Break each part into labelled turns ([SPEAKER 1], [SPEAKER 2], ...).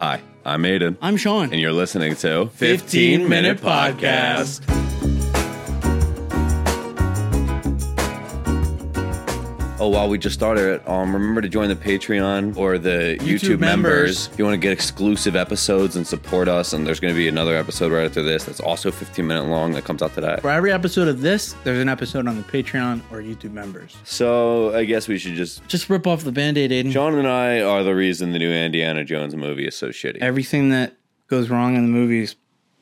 [SPEAKER 1] Hi, I'm Aiden,
[SPEAKER 2] I'm Sean.
[SPEAKER 1] and you're listening to
[SPEAKER 2] 15 Minute Podcast.
[SPEAKER 1] Oh, while we just started, um, remember to join the Patreon or the YouTube,
[SPEAKER 2] YouTube
[SPEAKER 1] members.
[SPEAKER 2] members.
[SPEAKER 1] If you want to get exclusive episodes and support us, and there's going to be another episode right after this that's also 15 minute long that comes out today.
[SPEAKER 2] For every episode of this, there's an episode on the Patreon or YouTube members.
[SPEAKER 1] So I guess we should just.
[SPEAKER 2] Just rip off the band aid, Aiden.
[SPEAKER 1] John and I are the reason the new Indiana Jones movie is so shitty.
[SPEAKER 2] Everything that goes wrong in the movies,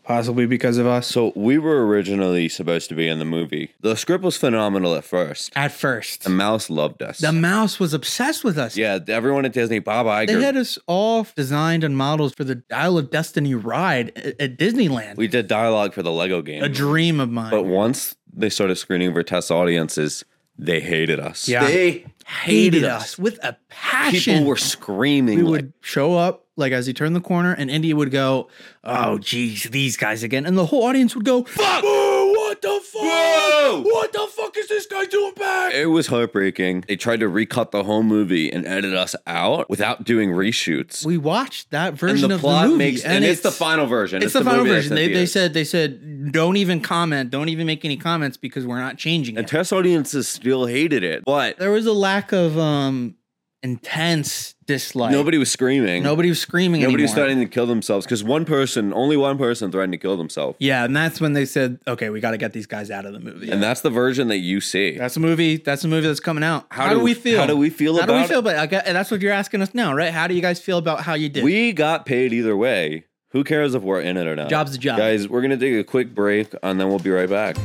[SPEAKER 2] possibly because of us.
[SPEAKER 1] So we were originally supposed to be in the movie. The script was phenomenal at first.
[SPEAKER 2] At first,
[SPEAKER 1] The mouse loved us.
[SPEAKER 2] the mouse was obsessed with us.
[SPEAKER 1] yeah, everyone at Disney, Bob Iger.
[SPEAKER 2] They had us all designed and modeled for the Dial of Destiny ride at, at Disneyland.
[SPEAKER 1] we did dialogue for the Lego game.
[SPEAKER 2] a dream of mine.
[SPEAKER 1] but once they started screening for test audiences, they hated us.
[SPEAKER 2] Yeah.
[SPEAKER 1] They
[SPEAKER 2] hated us with a passion.
[SPEAKER 1] People were screaming.
[SPEAKER 2] we
[SPEAKER 1] like,
[SPEAKER 2] would show up like as he turned the corner and India would go, "Oh geez, these guys again," and the whole audience would go, "Fuck! Boo, what the fuck?
[SPEAKER 1] Boo!"
[SPEAKER 2] What the fuck is this guy doing back?"
[SPEAKER 1] It was heartbreaking. They tried to recut the whole movie and edit us out without doing reshoots.
[SPEAKER 2] We watched that
[SPEAKER 1] and
[SPEAKER 2] version
[SPEAKER 1] the
[SPEAKER 2] of
[SPEAKER 1] plot
[SPEAKER 2] the movie,
[SPEAKER 1] makes and, it's, the final version.
[SPEAKER 2] It's, the, final
[SPEAKER 1] movie that's in
[SPEAKER 2] version. They, they
[SPEAKER 1] theaters.
[SPEAKER 2] said they said don't even comment, don't even make any comments because we're not changing
[SPEAKER 1] and
[SPEAKER 2] it.
[SPEAKER 1] test audiences still hated it, but
[SPEAKER 2] There was a lack of um intense dislike.
[SPEAKER 1] nobody was screaming.
[SPEAKER 2] nobody was screaming.
[SPEAKER 1] Nobody was
[SPEAKER 2] anymore.
[SPEAKER 1] starting to kill themselves because one person, only one person, threatened to kill themselves,
[SPEAKER 2] Yeah, and that's when they said, "Okay, we got to get these guys out of the movie."
[SPEAKER 1] and that's the version that you see.
[SPEAKER 2] That's a movie. That's a movie that's coming out.
[SPEAKER 1] How
[SPEAKER 2] How,
[SPEAKER 1] do-
[SPEAKER 2] do, we feel?
[SPEAKER 1] how do we feel
[SPEAKER 2] How do
[SPEAKER 1] about
[SPEAKER 2] we feel about? It? I got- and that's what you're asking us now, right? How do you guys feel about how you did?
[SPEAKER 1] We got paid either way. Who cares if we're in it or not?
[SPEAKER 2] Job's a job.
[SPEAKER 1] Guys, we're gonna take a quick break and then we'll be right back.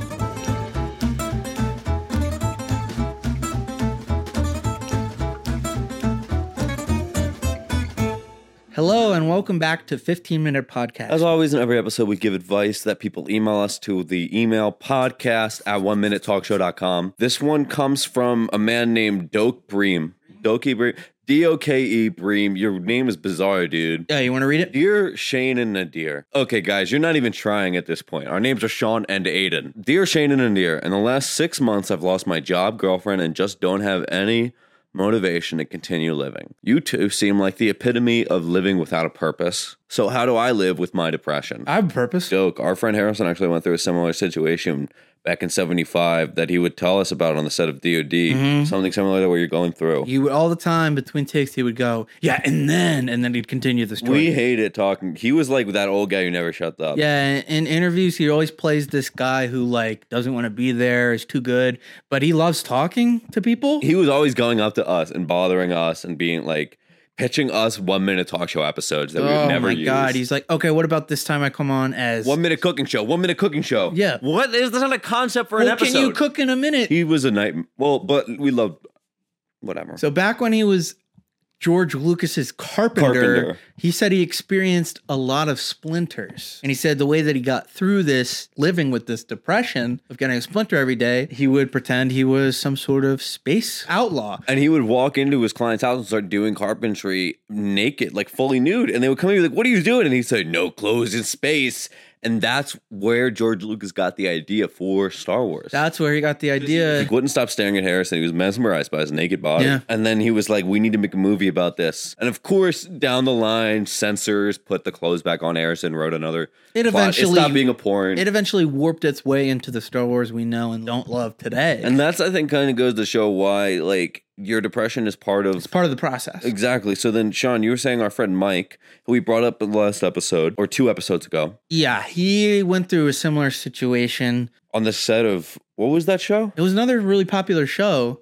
[SPEAKER 2] Hello and welcome back to 15 Minute Podcast.
[SPEAKER 1] As always, in every episode, we give advice that people email us to the email podcast at one minute talkshow.com. This one comes from a man named Doke Bream. Doke Bream. D O K E Bream. Your name is bizarre, dude.
[SPEAKER 2] yeah, you want to read it?
[SPEAKER 1] Dear Shane and Nadir. Okay, guys, you're not even trying at this point. Our names are Sean and Aiden. Dear Shane and Nadir, in the last six months, I've lost my job, girlfriend, and just don't have any motivation to continue living. You two seem like the epitome of living without a purpose. So, how do I live with my depression?
[SPEAKER 2] I have a purpose.
[SPEAKER 1] joke. Our friend Harrison actually went through a similar situation back in 75 that he would tell us about on the set of DOD, something similar to what you're going through.
[SPEAKER 2] Mm-hmm. He would all the time between takes. He would go, "Yeah," and then and then he'd continue the story.
[SPEAKER 1] We hated talking. He was like that old guy who never shut up.
[SPEAKER 2] yeah, in interviews, he always plays this guy who like doesn't want to be there, is too good, but he loves talking to people.
[SPEAKER 1] he was always going up to us and bothering us and being like pitching us one minute talk show episodes that we would
[SPEAKER 2] oh
[SPEAKER 1] never
[SPEAKER 2] my
[SPEAKER 1] use.
[SPEAKER 2] god, he's like, "Okay, what about this time I come on as
[SPEAKER 1] one minute cooking show, one minute cooking show.
[SPEAKER 2] Yeah.
[SPEAKER 1] What is that's not a concept for an
[SPEAKER 2] Well,
[SPEAKER 1] episode?
[SPEAKER 2] can you cook in a minute?"
[SPEAKER 1] he was a night well, but we loved whatever.
[SPEAKER 2] So back when he was George Lucas's carpenter,
[SPEAKER 1] Carpenter.
[SPEAKER 2] he said he experienced a lot of splinters. And he said the way that he got through this living with this depression of getting a splinter every day, he would pretend he was some sort of space outlaw.
[SPEAKER 1] and he would walk into his client's house and start doing carpentry naked, like fully nude. And they would come in and be like, What are you doing? And he'd say, No clothes in space. And that's where George Lucas got the idea for Star Wars.
[SPEAKER 2] That's where he got the idea.
[SPEAKER 1] He wouldn't stop staring at Harrison. He was mesmerized by his naked body.
[SPEAKER 2] Yeah.
[SPEAKER 1] And then he was like, we need to make a movie about this. And of course, down the line, censors put the clothes back on Harrison, wrote another.
[SPEAKER 2] It
[SPEAKER 1] plot. It
[SPEAKER 2] eventually-
[SPEAKER 1] stopped being a porn.
[SPEAKER 2] It eventually warped its way into the Star Wars we know and don't love today.
[SPEAKER 1] and that's, I think, kind of goes to show why, like, your depression is part of.
[SPEAKER 2] it's part of the process.
[SPEAKER 1] Exactly. So then, Sean, you were saying our friend Mike, who we brought up in the last episode or two episodes ago
[SPEAKER 2] Yeah, he went through a similar situation.
[SPEAKER 1] on the set of what was that show?
[SPEAKER 2] It was another really popular show.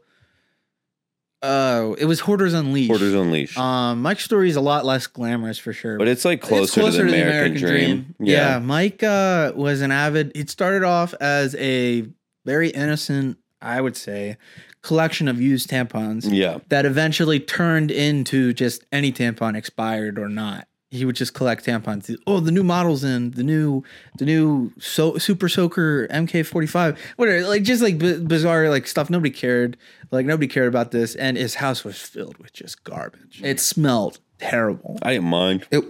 [SPEAKER 2] Uh, it was Hoarders Unleashed.
[SPEAKER 1] Borders Unleashed.
[SPEAKER 2] Um, Mike's story is a lot less glamorous for sure.
[SPEAKER 1] but it's like
[SPEAKER 2] It's
[SPEAKER 1] closer, to the American, dream.
[SPEAKER 2] Yeah. Mike uh, was an avid. It started off as a very innocent, I would say, collection of used tampons
[SPEAKER 1] Yeah.
[SPEAKER 2] that eventually turned into just any tampon expired or not. He would just collect tampons. Oh, the new models in the new, the new so, super soaker MK45, whatever. Like just like b- bizarre like stuff. Nobody cared. Like nobody cared about this. And his house was filled with just garbage. It smelled terrible.
[SPEAKER 1] I didn't mind.
[SPEAKER 2] It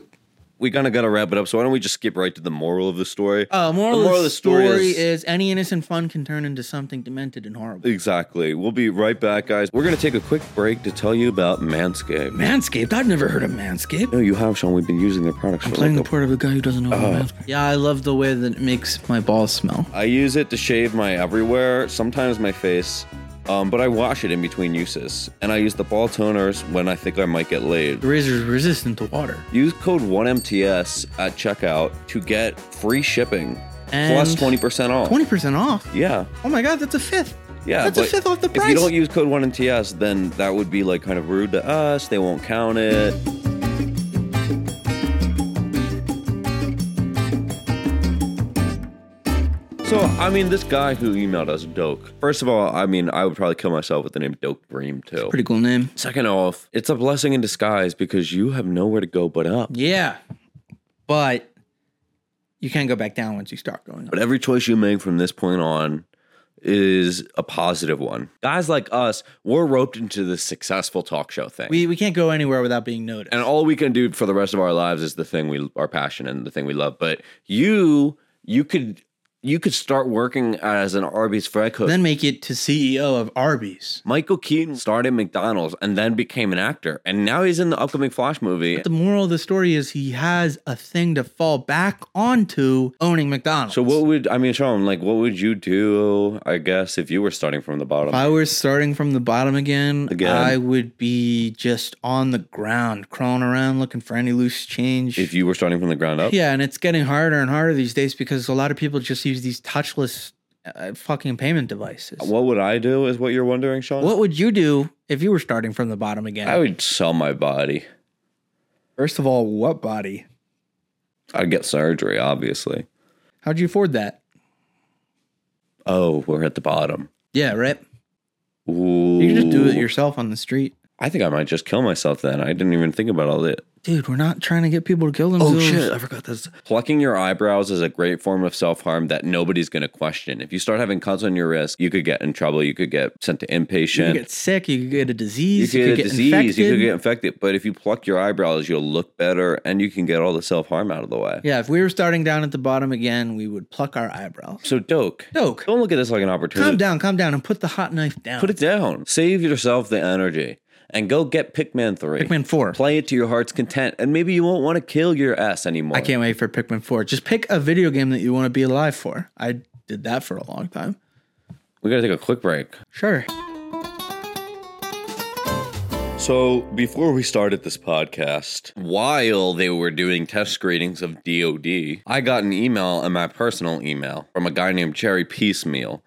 [SPEAKER 1] we kind of got to wrap it up. So why don't we just skip right to the moral of the story?
[SPEAKER 2] Uh, moral,
[SPEAKER 1] The moral
[SPEAKER 2] of the story, is, any innocent fun can turn into something demented and horrible.
[SPEAKER 1] Exactly. We'll be right back, guys. We're going to take a quick break to tell you about Manscaped.
[SPEAKER 2] Manscaped? I've never heard of Manscaped.
[SPEAKER 1] No, you have, Sean. We've been using their products
[SPEAKER 2] I'm
[SPEAKER 1] for
[SPEAKER 2] playing the
[SPEAKER 1] like a
[SPEAKER 2] part of a guy who doesn't know about Manscaped. Yeah, I love the way that it makes my balls smell.
[SPEAKER 1] I use it to shave my everywhere, sometimes my face, um, but I wash it in between uses. And I use the ball toners when I think I might get laid.
[SPEAKER 2] The razor's resistant to water.
[SPEAKER 1] Use code 1MTS at checkout to get free shipping
[SPEAKER 2] And
[SPEAKER 1] plus 20% off.
[SPEAKER 2] 20% off.
[SPEAKER 1] Yeah.
[SPEAKER 2] Oh my god, that's a fifth.
[SPEAKER 1] Yeah,
[SPEAKER 2] That's a
[SPEAKER 1] but
[SPEAKER 2] fifth off the
[SPEAKER 1] If
[SPEAKER 2] price.
[SPEAKER 1] you don't use code 1MTS, then that would be like kind of rude to us. They won't count it. So, I mean, this guy who emailed us, Doke. First of all, I mean, I would probably kill myself with the name Doke Dream, too.
[SPEAKER 2] Pretty cool name.
[SPEAKER 1] Second off, it's a blessing in disguise because you have nowhere to go but up.
[SPEAKER 2] Yeah. But you can't go back down once you start going up.
[SPEAKER 1] But every choice you make from this point on is a positive one. Guys like us, we're roped into this successful talk show thing.
[SPEAKER 2] We, we can't go anywhere without being noticed.
[SPEAKER 1] and all we can do for the rest of our lives is the thing we are passionate and the thing we love. But you, you could, you could start working as an Arby's fry cook.
[SPEAKER 2] then make it to CEO of Arby's.
[SPEAKER 1] Michael Keaton started McDonald's and then became an actor, and now he's in the upcoming Flash movie.
[SPEAKER 2] The moral of the story is he has a thing to fall back onto owning McDonald's.
[SPEAKER 1] So what would I mean, Sean? Like, what would you do? I guess if you were starting from the bottom.
[SPEAKER 2] If I were starting from the bottom again,
[SPEAKER 1] Again.
[SPEAKER 2] I would be just on the ground, crawling around looking for any loose change.
[SPEAKER 1] If you were starting from the ground up,
[SPEAKER 2] yeah, and it's getting harder and harder these days because a lot of people just use these touchless uh, fucking payment devices.
[SPEAKER 1] what would I do? Is what you're wondering, Sean?
[SPEAKER 2] what would you do if you were starting from the bottom again?
[SPEAKER 1] uh, I would sell my body.
[SPEAKER 2] First of all, what body?
[SPEAKER 1] I'd get surgery, obviously.
[SPEAKER 2] How'd you afford that?
[SPEAKER 1] Oh, we're at the bottom.
[SPEAKER 2] Yeah, right.
[SPEAKER 1] Ooh.
[SPEAKER 2] You can just do it yourself on the street.
[SPEAKER 1] I think I might just kill myself then. I didn't even think about all that.
[SPEAKER 2] Dude, we're not trying to get people to kill
[SPEAKER 1] Oh,
[SPEAKER 2] themselves.
[SPEAKER 1] forgot this. Plucking your eyebrows is a great form of self harm that nobody's going to question. If you start having cuts on your wrist, you could get in trouble. You could get sent to
[SPEAKER 2] You
[SPEAKER 1] inpatient.
[SPEAKER 2] could get sick. You could get
[SPEAKER 1] You
[SPEAKER 2] a disease.
[SPEAKER 1] could get a disease. You could
[SPEAKER 2] infected.
[SPEAKER 1] get infected. But if you pluck your eyebrows, you'll look better and you can get all the self harm out of the way.
[SPEAKER 2] Yeah, if we were starting down at the bottom again, we would pluck our eyebrows.
[SPEAKER 1] So, Doke,
[SPEAKER 2] Doke,
[SPEAKER 1] don't look at this like an opportunity.
[SPEAKER 2] calm down, calm down, and put the hot knife down.
[SPEAKER 1] Put it down. Save yourself the energy and go get Pikmin 3.
[SPEAKER 2] Pikmin 4.
[SPEAKER 1] Play it to your heart's content. And maybe you won't want to kill your ass anymore.
[SPEAKER 2] I can't wait for Pikmin 4. Just pick a video game that you want to be alive for. I did that for a long time.
[SPEAKER 1] We got to take a quick break.
[SPEAKER 2] Sure.
[SPEAKER 1] So, before we started this podcast, while they were doing test screenings of DOD, I got an email in my personal email from a guy named Cherry Piecemeal.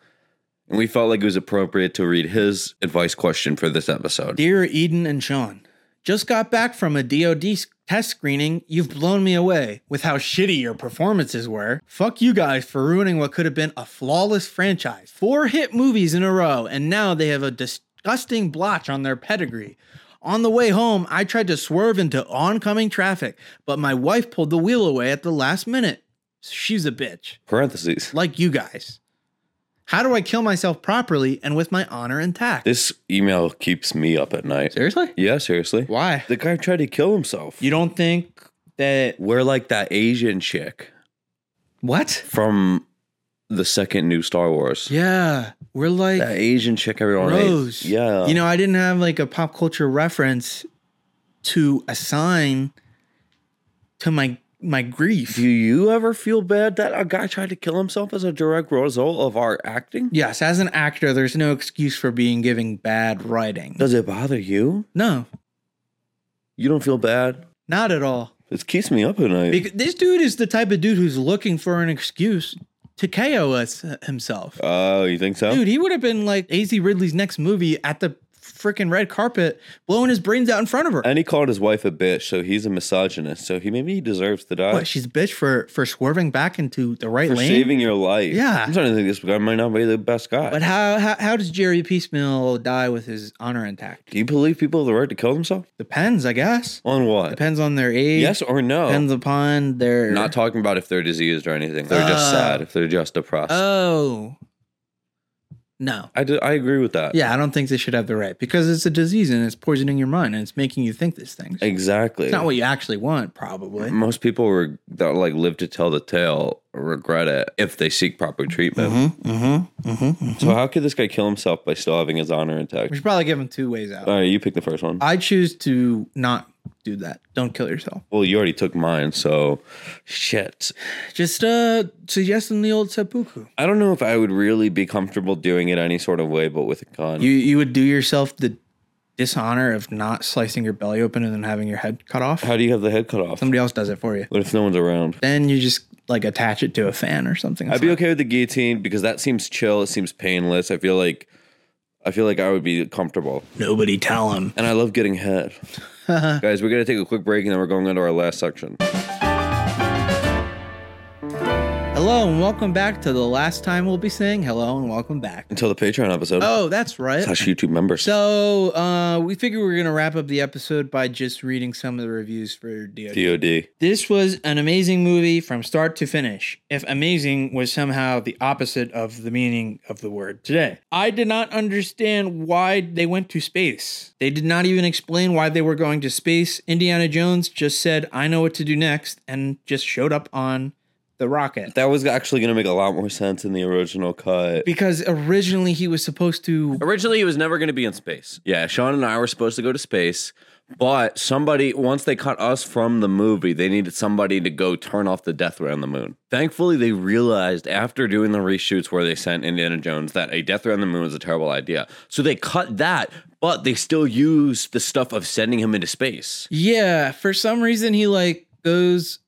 [SPEAKER 1] And we felt like it was appropriate to read his advice question for this episode.
[SPEAKER 2] Dear Eden and Sean, just got back from a DoD s- test screening. You've blown me away with how shitty your performances were. Fuck you guys for ruining what could have been a flawless franchise. Four hit movies in a row, and now they have a disgusting blotch on their pedigree. On the way home, I tried to swerve into oncoming traffic, but my wife pulled the wheel away at the last minute. She's a bitch,
[SPEAKER 1] Parentheses.
[SPEAKER 2] like you guys. How do I kill myself properly and with my honor intact?
[SPEAKER 1] This email keeps me up at night.
[SPEAKER 2] Seriously?
[SPEAKER 1] Yeah, seriously.
[SPEAKER 2] Why?
[SPEAKER 1] The guy tried to kill himself.
[SPEAKER 2] You don't think that
[SPEAKER 1] We're like that Asian chick
[SPEAKER 2] what?
[SPEAKER 1] from the second new Star Wars.
[SPEAKER 2] Yeah, we're like
[SPEAKER 1] That Asian chick everyone hates.
[SPEAKER 2] Rose.
[SPEAKER 1] Yeah.
[SPEAKER 2] you know, I didn't have like a pop culture reference to assign to my my grief.
[SPEAKER 1] Do you ever feel bad that a guy tried to kill himself as a direct result of our acting?
[SPEAKER 2] yes, as an actor, there's no excuse for being giving bad writing.
[SPEAKER 1] Does it bother you?
[SPEAKER 2] No,
[SPEAKER 1] You don't feel bad?
[SPEAKER 2] not at all.
[SPEAKER 1] It keeps me up at night.
[SPEAKER 2] Because this dude is the type of dude who's looking for an excuse to KO us himself.
[SPEAKER 1] Oh, you think so?
[SPEAKER 2] Dude, he would have been like AZ Ridley's next movie at the freaking red carpet, blowing his brains out in front of her.
[SPEAKER 1] And he called his wife a bitch, so he's a misogynist. So he maybe he deserves to die
[SPEAKER 2] What? She's a bitch for for swerving back into the right
[SPEAKER 1] for
[SPEAKER 2] lane.
[SPEAKER 1] saving your life.
[SPEAKER 2] Yeah.
[SPEAKER 1] I'm trying to think this guy might not be the best guy.
[SPEAKER 2] but how, how how does Jerry Piecemeal die with his honor intact?
[SPEAKER 1] Do you believe people have the right to kill themselves?
[SPEAKER 2] Depends, I guess.
[SPEAKER 1] On what?
[SPEAKER 2] Depends on their age.
[SPEAKER 1] Yes or no?
[SPEAKER 2] Depends upon their
[SPEAKER 1] Not talking about if they're diseased or anything. They're just
[SPEAKER 2] Uh,
[SPEAKER 1] sad. If they're just depressed.
[SPEAKER 2] oh. No.
[SPEAKER 1] I, do, I agree with that.
[SPEAKER 2] Yeah, I don't think they should have the right because it's a disease and it's poisoning your mind and it's making you think these things.
[SPEAKER 1] Exactly.
[SPEAKER 2] It's not what you actually want, probably.
[SPEAKER 1] Most people reg- that like live to tell the tale regret it if they seek proper treatment.
[SPEAKER 2] Mm-hmm. Mm-hmm. We
[SPEAKER 1] So how could this guy kill himself by still having his honor intact?
[SPEAKER 2] should probably give them two ways out.
[SPEAKER 1] All right, you pick the first one.
[SPEAKER 2] I choose to not do that. Don't kill yourself.
[SPEAKER 1] Well, you already took mine, so shit.
[SPEAKER 2] Just uh suggesting the old seppuku.
[SPEAKER 1] I don't know if I would really be comfortable doing it any sort of way, but with a gun.
[SPEAKER 2] You you would do yourself the dishonor of not slicing your belly open and then having your head cut off.
[SPEAKER 1] how do you have the head cut off?
[SPEAKER 2] Somebody else does it for you.
[SPEAKER 1] What if no one's around?
[SPEAKER 2] Then you just like attach it to a fan or something.
[SPEAKER 1] I'd be okay with the guillotine because that seems chill. It seems painless. I feel like, I feel like I would be comfortable,
[SPEAKER 2] Nobody tell him.
[SPEAKER 1] and I love getting head. Guys, we're gonna take a quick break, and then we're going on to our last section.
[SPEAKER 2] Hello and welcome back to the last time we'll be saying hello and welcome back.
[SPEAKER 1] until the Patreon episode.
[SPEAKER 2] Oh, that's right.
[SPEAKER 1] Slash YouTube members.
[SPEAKER 2] So uh, we figured we were gonna wrap up the episode by just reading some of the reviews for DOD.
[SPEAKER 1] DOD.
[SPEAKER 2] This was an amazing movie from start to finish, if amazing was somehow the opposite of the meaning of the word today. I did not understand why they went to space. They did not even explain why they were going to space. Indiana Jones just said, I know what to do next, and just showed up on the rocket.
[SPEAKER 1] That was actually going to make a lot more sense in the original cut.
[SPEAKER 2] Because originally he was supposed to.
[SPEAKER 1] Originally, he was never going to be in space. Yeah, Sean and I were supposed to go to space, but somebody, once they cut us from the movie, they needed somebody to go turn off the death ray on the moon. Thankfully, they realized after doing the reshoots where they sent Indiana Jones that a death ray on the moon was a terrible idea. So they cut that, but they still used the stuff of sending him into space.
[SPEAKER 2] Yeah, for some reason he like goes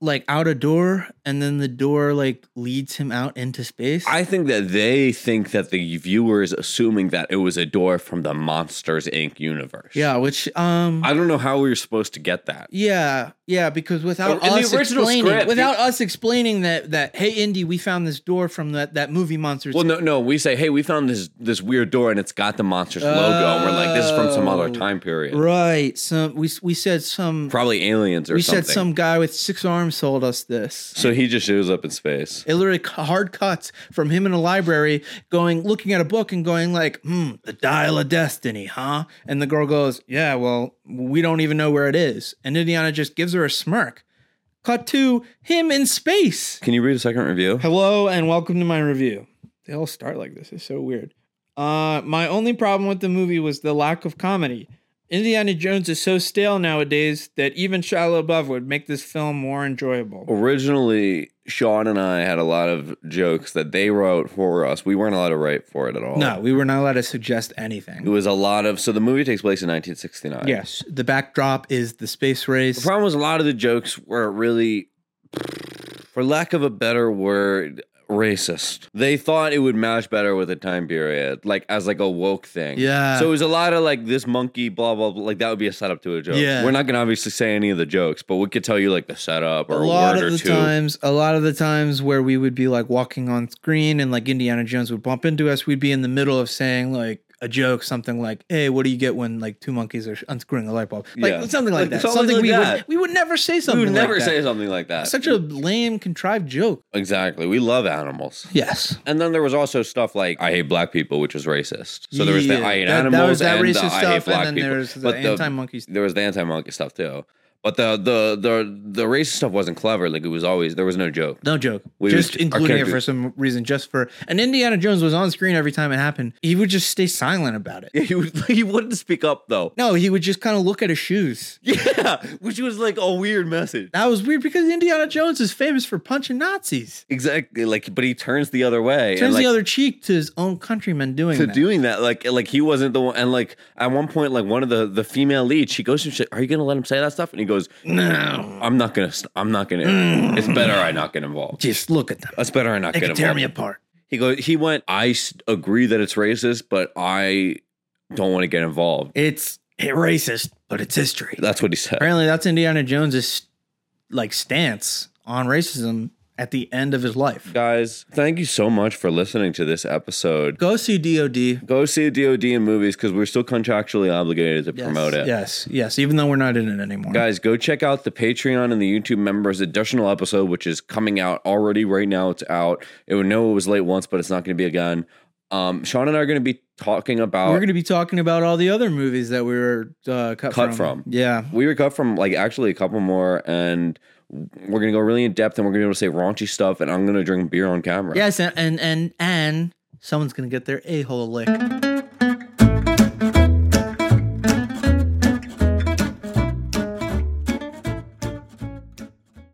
[SPEAKER 2] like out a door and then the door like leads him out into space.
[SPEAKER 1] I think that they think that the viewer is assuming that it was a door from the Monsters Inc. universe.
[SPEAKER 2] yeah, which um
[SPEAKER 1] I don't know how we were supposed to get that.
[SPEAKER 2] Yeah, yeah, because without
[SPEAKER 1] In the
[SPEAKER 2] us
[SPEAKER 1] original
[SPEAKER 2] explaining,
[SPEAKER 1] script,
[SPEAKER 2] without us explaining that that hey, Indy, we found this door from that that movie monsters.
[SPEAKER 1] Well, no, no. We say, hey, we found this this weird door, and it's got the monsters logo, and we're like, this is from some other
[SPEAKER 2] Oh.
[SPEAKER 1] time period,
[SPEAKER 2] right? Some we we said some
[SPEAKER 1] probably aliens or
[SPEAKER 2] we
[SPEAKER 1] something.
[SPEAKER 2] said some guy with six arms sold us this.
[SPEAKER 1] so he just shows up in space.
[SPEAKER 2] It literally cu- hard cuts from him in a library, going looking at a book and going like, "Hmm, the dial of destiny, huh?" And the girl goes, "Yeah, well, we don't even know where it is." And Indiana just gives her a smirk. Cut to him in space.
[SPEAKER 1] Can you read a second review?
[SPEAKER 2] Hello and welcome to my review. They all start like this. It's so weird. Uh, my only problem with the movie was the lack of comedy. Indiana Jones is so stale nowadays that even Shia LaBeouf would make this film more enjoyable.
[SPEAKER 1] Originally, Sean and I had a lot of jokes that they wrote for us. We weren't allowed to write for it at all.
[SPEAKER 2] No, we were not allowed to suggest
[SPEAKER 1] it
[SPEAKER 2] anything.
[SPEAKER 1] was a lot of. So the movie takes place in 1969.
[SPEAKER 2] Yes, the backdrop is the space
[SPEAKER 1] The
[SPEAKER 2] race.
[SPEAKER 1] problem was a lot of the jokes were really, for lack of a better word, racist. They thought it would match better with the time period, like as like a woke thing.
[SPEAKER 2] Yeah.
[SPEAKER 1] So it was a lot of like this monkey, blah blah blah. Like that would be a setup to a joke.
[SPEAKER 2] Yeah.
[SPEAKER 1] We're not gonna obviously say any of the jokes, but we could tell you like the setup
[SPEAKER 2] a
[SPEAKER 1] or a,
[SPEAKER 2] lot
[SPEAKER 1] word
[SPEAKER 2] of
[SPEAKER 1] or
[SPEAKER 2] the
[SPEAKER 1] two.
[SPEAKER 2] times, a lot of the times where we would be like walking on screen and like Indiana Jones would bump into us, we'd be in the middle of saying like a joke, something like, "Hey, what do you get when like two monkeys are unscrewing a light bulb?" Like
[SPEAKER 1] Yeah.
[SPEAKER 2] something
[SPEAKER 1] Like,
[SPEAKER 2] like that.
[SPEAKER 1] something
[SPEAKER 2] Something,
[SPEAKER 1] like
[SPEAKER 2] we
[SPEAKER 1] that.
[SPEAKER 2] would we would never say
[SPEAKER 1] We
[SPEAKER 2] something.
[SPEAKER 1] would never
[SPEAKER 2] like that.
[SPEAKER 1] say something like that.
[SPEAKER 2] such a lame, contrived joke.
[SPEAKER 1] exactly. We love animals.
[SPEAKER 2] Yes.
[SPEAKER 1] And then there was also stuff like I hate black people, which was racist. So there was the
[SPEAKER 2] Yeah.
[SPEAKER 1] I hate
[SPEAKER 2] That- that
[SPEAKER 1] animals
[SPEAKER 2] was that
[SPEAKER 1] and
[SPEAKER 2] racist
[SPEAKER 1] the I hate
[SPEAKER 2] stuff,
[SPEAKER 1] black
[SPEAKER 2] and then
[SPEAKER 1] people.
[SPEAKER 2] there's the
[SPEAKER 1] But
[SPEAKER 2] anti-monkey stuff.
[SPEAKER 1] There was the anti-monkey stuff too. But the the the the racist stuff wasn't clever. Like it was always there was no joke.
[SPEAKER 2] No joke.
[SPEAKER 1] We
[SPEAKER 2] just
[SPEAKER 1] would- our
[SPEAKER 2] including it
[SPEAKER 1] character-
[SPEAKER 2] for some reason, just for. And Indiana Jones was on screen every time it happened. He would just stay silent about it.
[SPEAKER 1] He would, he wouldn't speak up though.
[SPEAKER 2] No, he would just kind of look at his shoes.
[SPEAKER 1] Yeah, which was like a weird message.
[SPEAKER 2] That was weird because Indiana Jones is famous for punching Nazis.
[SPEAKER 1] Exactly. Like, but he turns the other way.
[SPEAKER 2] Turns
[SPEAKER 1] and like,
[SPEAKER 2] the other cheek to his own countrymen doing
[SPEAKER 1] to
[SPEAKER 2] that.
[SPEAKER 1] doing that. Like like he wasn't the one. And like at one point, like one of the the female leads, she goes to him, she's like, "Are you gonna let him say that stuff?" And he goes, "No, I'm not gonna. st- I'm not gonna. It's better I not get involved.
[SPEAKER 2] just look at them.
[SPEAKER 1] It's better I not
[SPEAKER 2] They
[SPEAKER 1] get
[SPEAKER 2] could
[SPEAKER 1] involved."
[SPEAKER 2] tear me apart.
[SPEAKER 1] He goes. He went. I s- agree that it's racist, but I don't want to get involved.
[SPEAKER 2] It's racist, but it's history.
[SPEAKER 1] That's what he said.
[SPEAKER 2] Apparently, that's Indiana Jones's like stance on racism at the end of his life.
[SPEAKER 1] Guys, thank you so much for listening to this episode.
[SPEAKER 2] Go see DOD.
[SPEAKER 1] Go see DOD in movies because we're still contractually obligated to
[SPEAKER 2] Yes,
[SPEAKER 1] promote it.
[SPEAKER 2] Yes, yes. Even though we're not in it anymore.
[SPEAKER 1] Guys, go check out the Patreon and the YouTube members additional episode, which is coming out already right now. It's out. It would know it was late once, but it's not going to be again. Um, Sean and I are going to be talking about.
[SPEAKER 2] We're going to be talking about all the other movies that we were uh, cut,
[SPEAKER 1] Cut from.
[SPEAKER 2] Yeah.
[SPEAKER 1] we were cut from like actually a couple more, and we're going to go really in depth, and we're going to be able to say raunchy stuff, and I'm going to drink beer on camera.
[SPEAKER 2] Yes, and and and, and someone's going to get their a hole lick.